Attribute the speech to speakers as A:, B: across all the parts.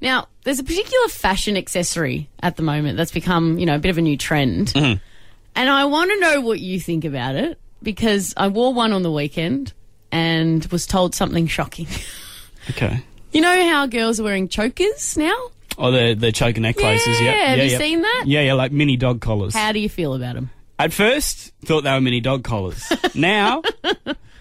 A: Now, there's a particular fashion accessory at the moment that's become, you know, a bit of a new trend.
B: Mm-hmm.
A: And I want to know what you think about it because I wore one on the weekend and was told something shocking.
B: Okay.
A: you know how girls are wearing chokers now?
B: Oh, the the choker necklaces.
A: Yeah,
B: Yeah.
A: have
B: yeah,
A: you
B: yeah.
A: seen that?
B: Yeah, yeah, like mini dog collars.
A: How do you feel about them?
B: At first, thought they were mini dog collars. now,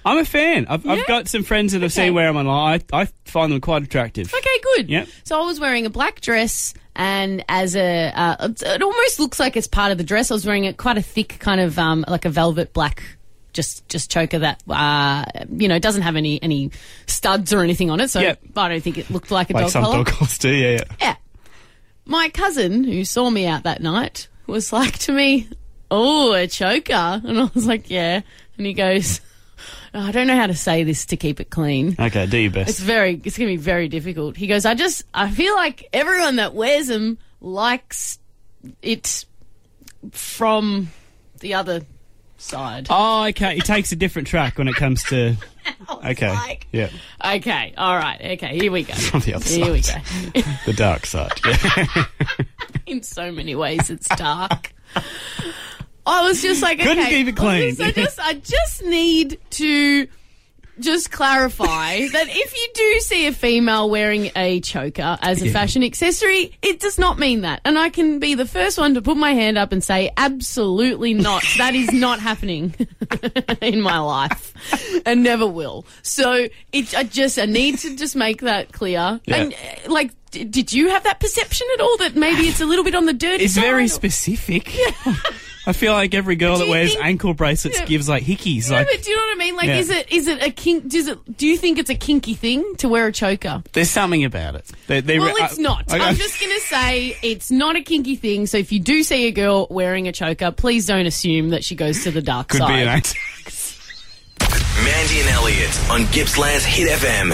B: I'm a fan. I've,
A: Yeah?
B: I've got some friends that have
A: Okay.
B: seen wear them online. I, I find them quite attractive.
A: Okay, good.
B: Yep.
A: So I was wearing a black dress, and as a, uh, it almost looks like it's part of the dress. I was wearing a quite a thick kind of um, like a velvet black. Just, just choker that uh, you know it doesn't have any any studs or anything on it, so
B: Yep.
A: I don't think it looked like a
B: Like
A: dog
B: some
A: collar.
B: dog collars do. Yeah, yeah.
A: Yeah. My cousin, who saw me out that night, was like to me, Oh, a choker. And I was like, Yeah. And he goes, I don't know how to say this to keep it clean.
B: Okay, do your
A: It's
B: best.
A: very, it's going to be very difficult. He goes, I just, I feel like everyone that wears them likes it from the other side.
B: Oh, okay. It takes a different track when it comes to. Okay.
A: like-
B: yeah.
A: Okay. All right. Okay. Here we go.
B: From the other
A: Here we go.
B: side. The dark side. Yeah.
A: in so many ways it's dark. I was just like,
B: Couldn't
A: okay,
B: keep it
A: I was
B: clean.
A: just- I just, I just need to just clarify that if you do see a female wearing a choker as a
B: Yeah.
A: fashion accessory, it does not mean that. And I can be the first one to put my hand up and say, absolutely not. that is not happening in my life and never will. So it, I just, I need to just make that clear.
B: Yeah.
A: And uh, like, d- did you have that perception at all that maybe it's a little bit on the dirty
B: It's
A: side?
B: very specific. I feel like every girl
A: Do
B: that
A: you
B: wears
A: think-
B: ankle bracelets
A: Yeah.
B: gives like hickeys.
A: No,
B: Like
A: but do you know what I mean? Like,
B: Yeah.
A: is it is it a kink? Does it? Do you think it's a kinky thing to wear a choker?
B: there's something about it. They, they,
A: Well,
B: I-
A: it's not.
B: I-
A: I'm just going to say it's not a kinky thing. So if you do see a girl wearing a choker, please don't assume that she goes to the dark
B: could eh?
A: side.
B: be an ankle.
C: Mandy and Elliot on Gippsland's Hit FM.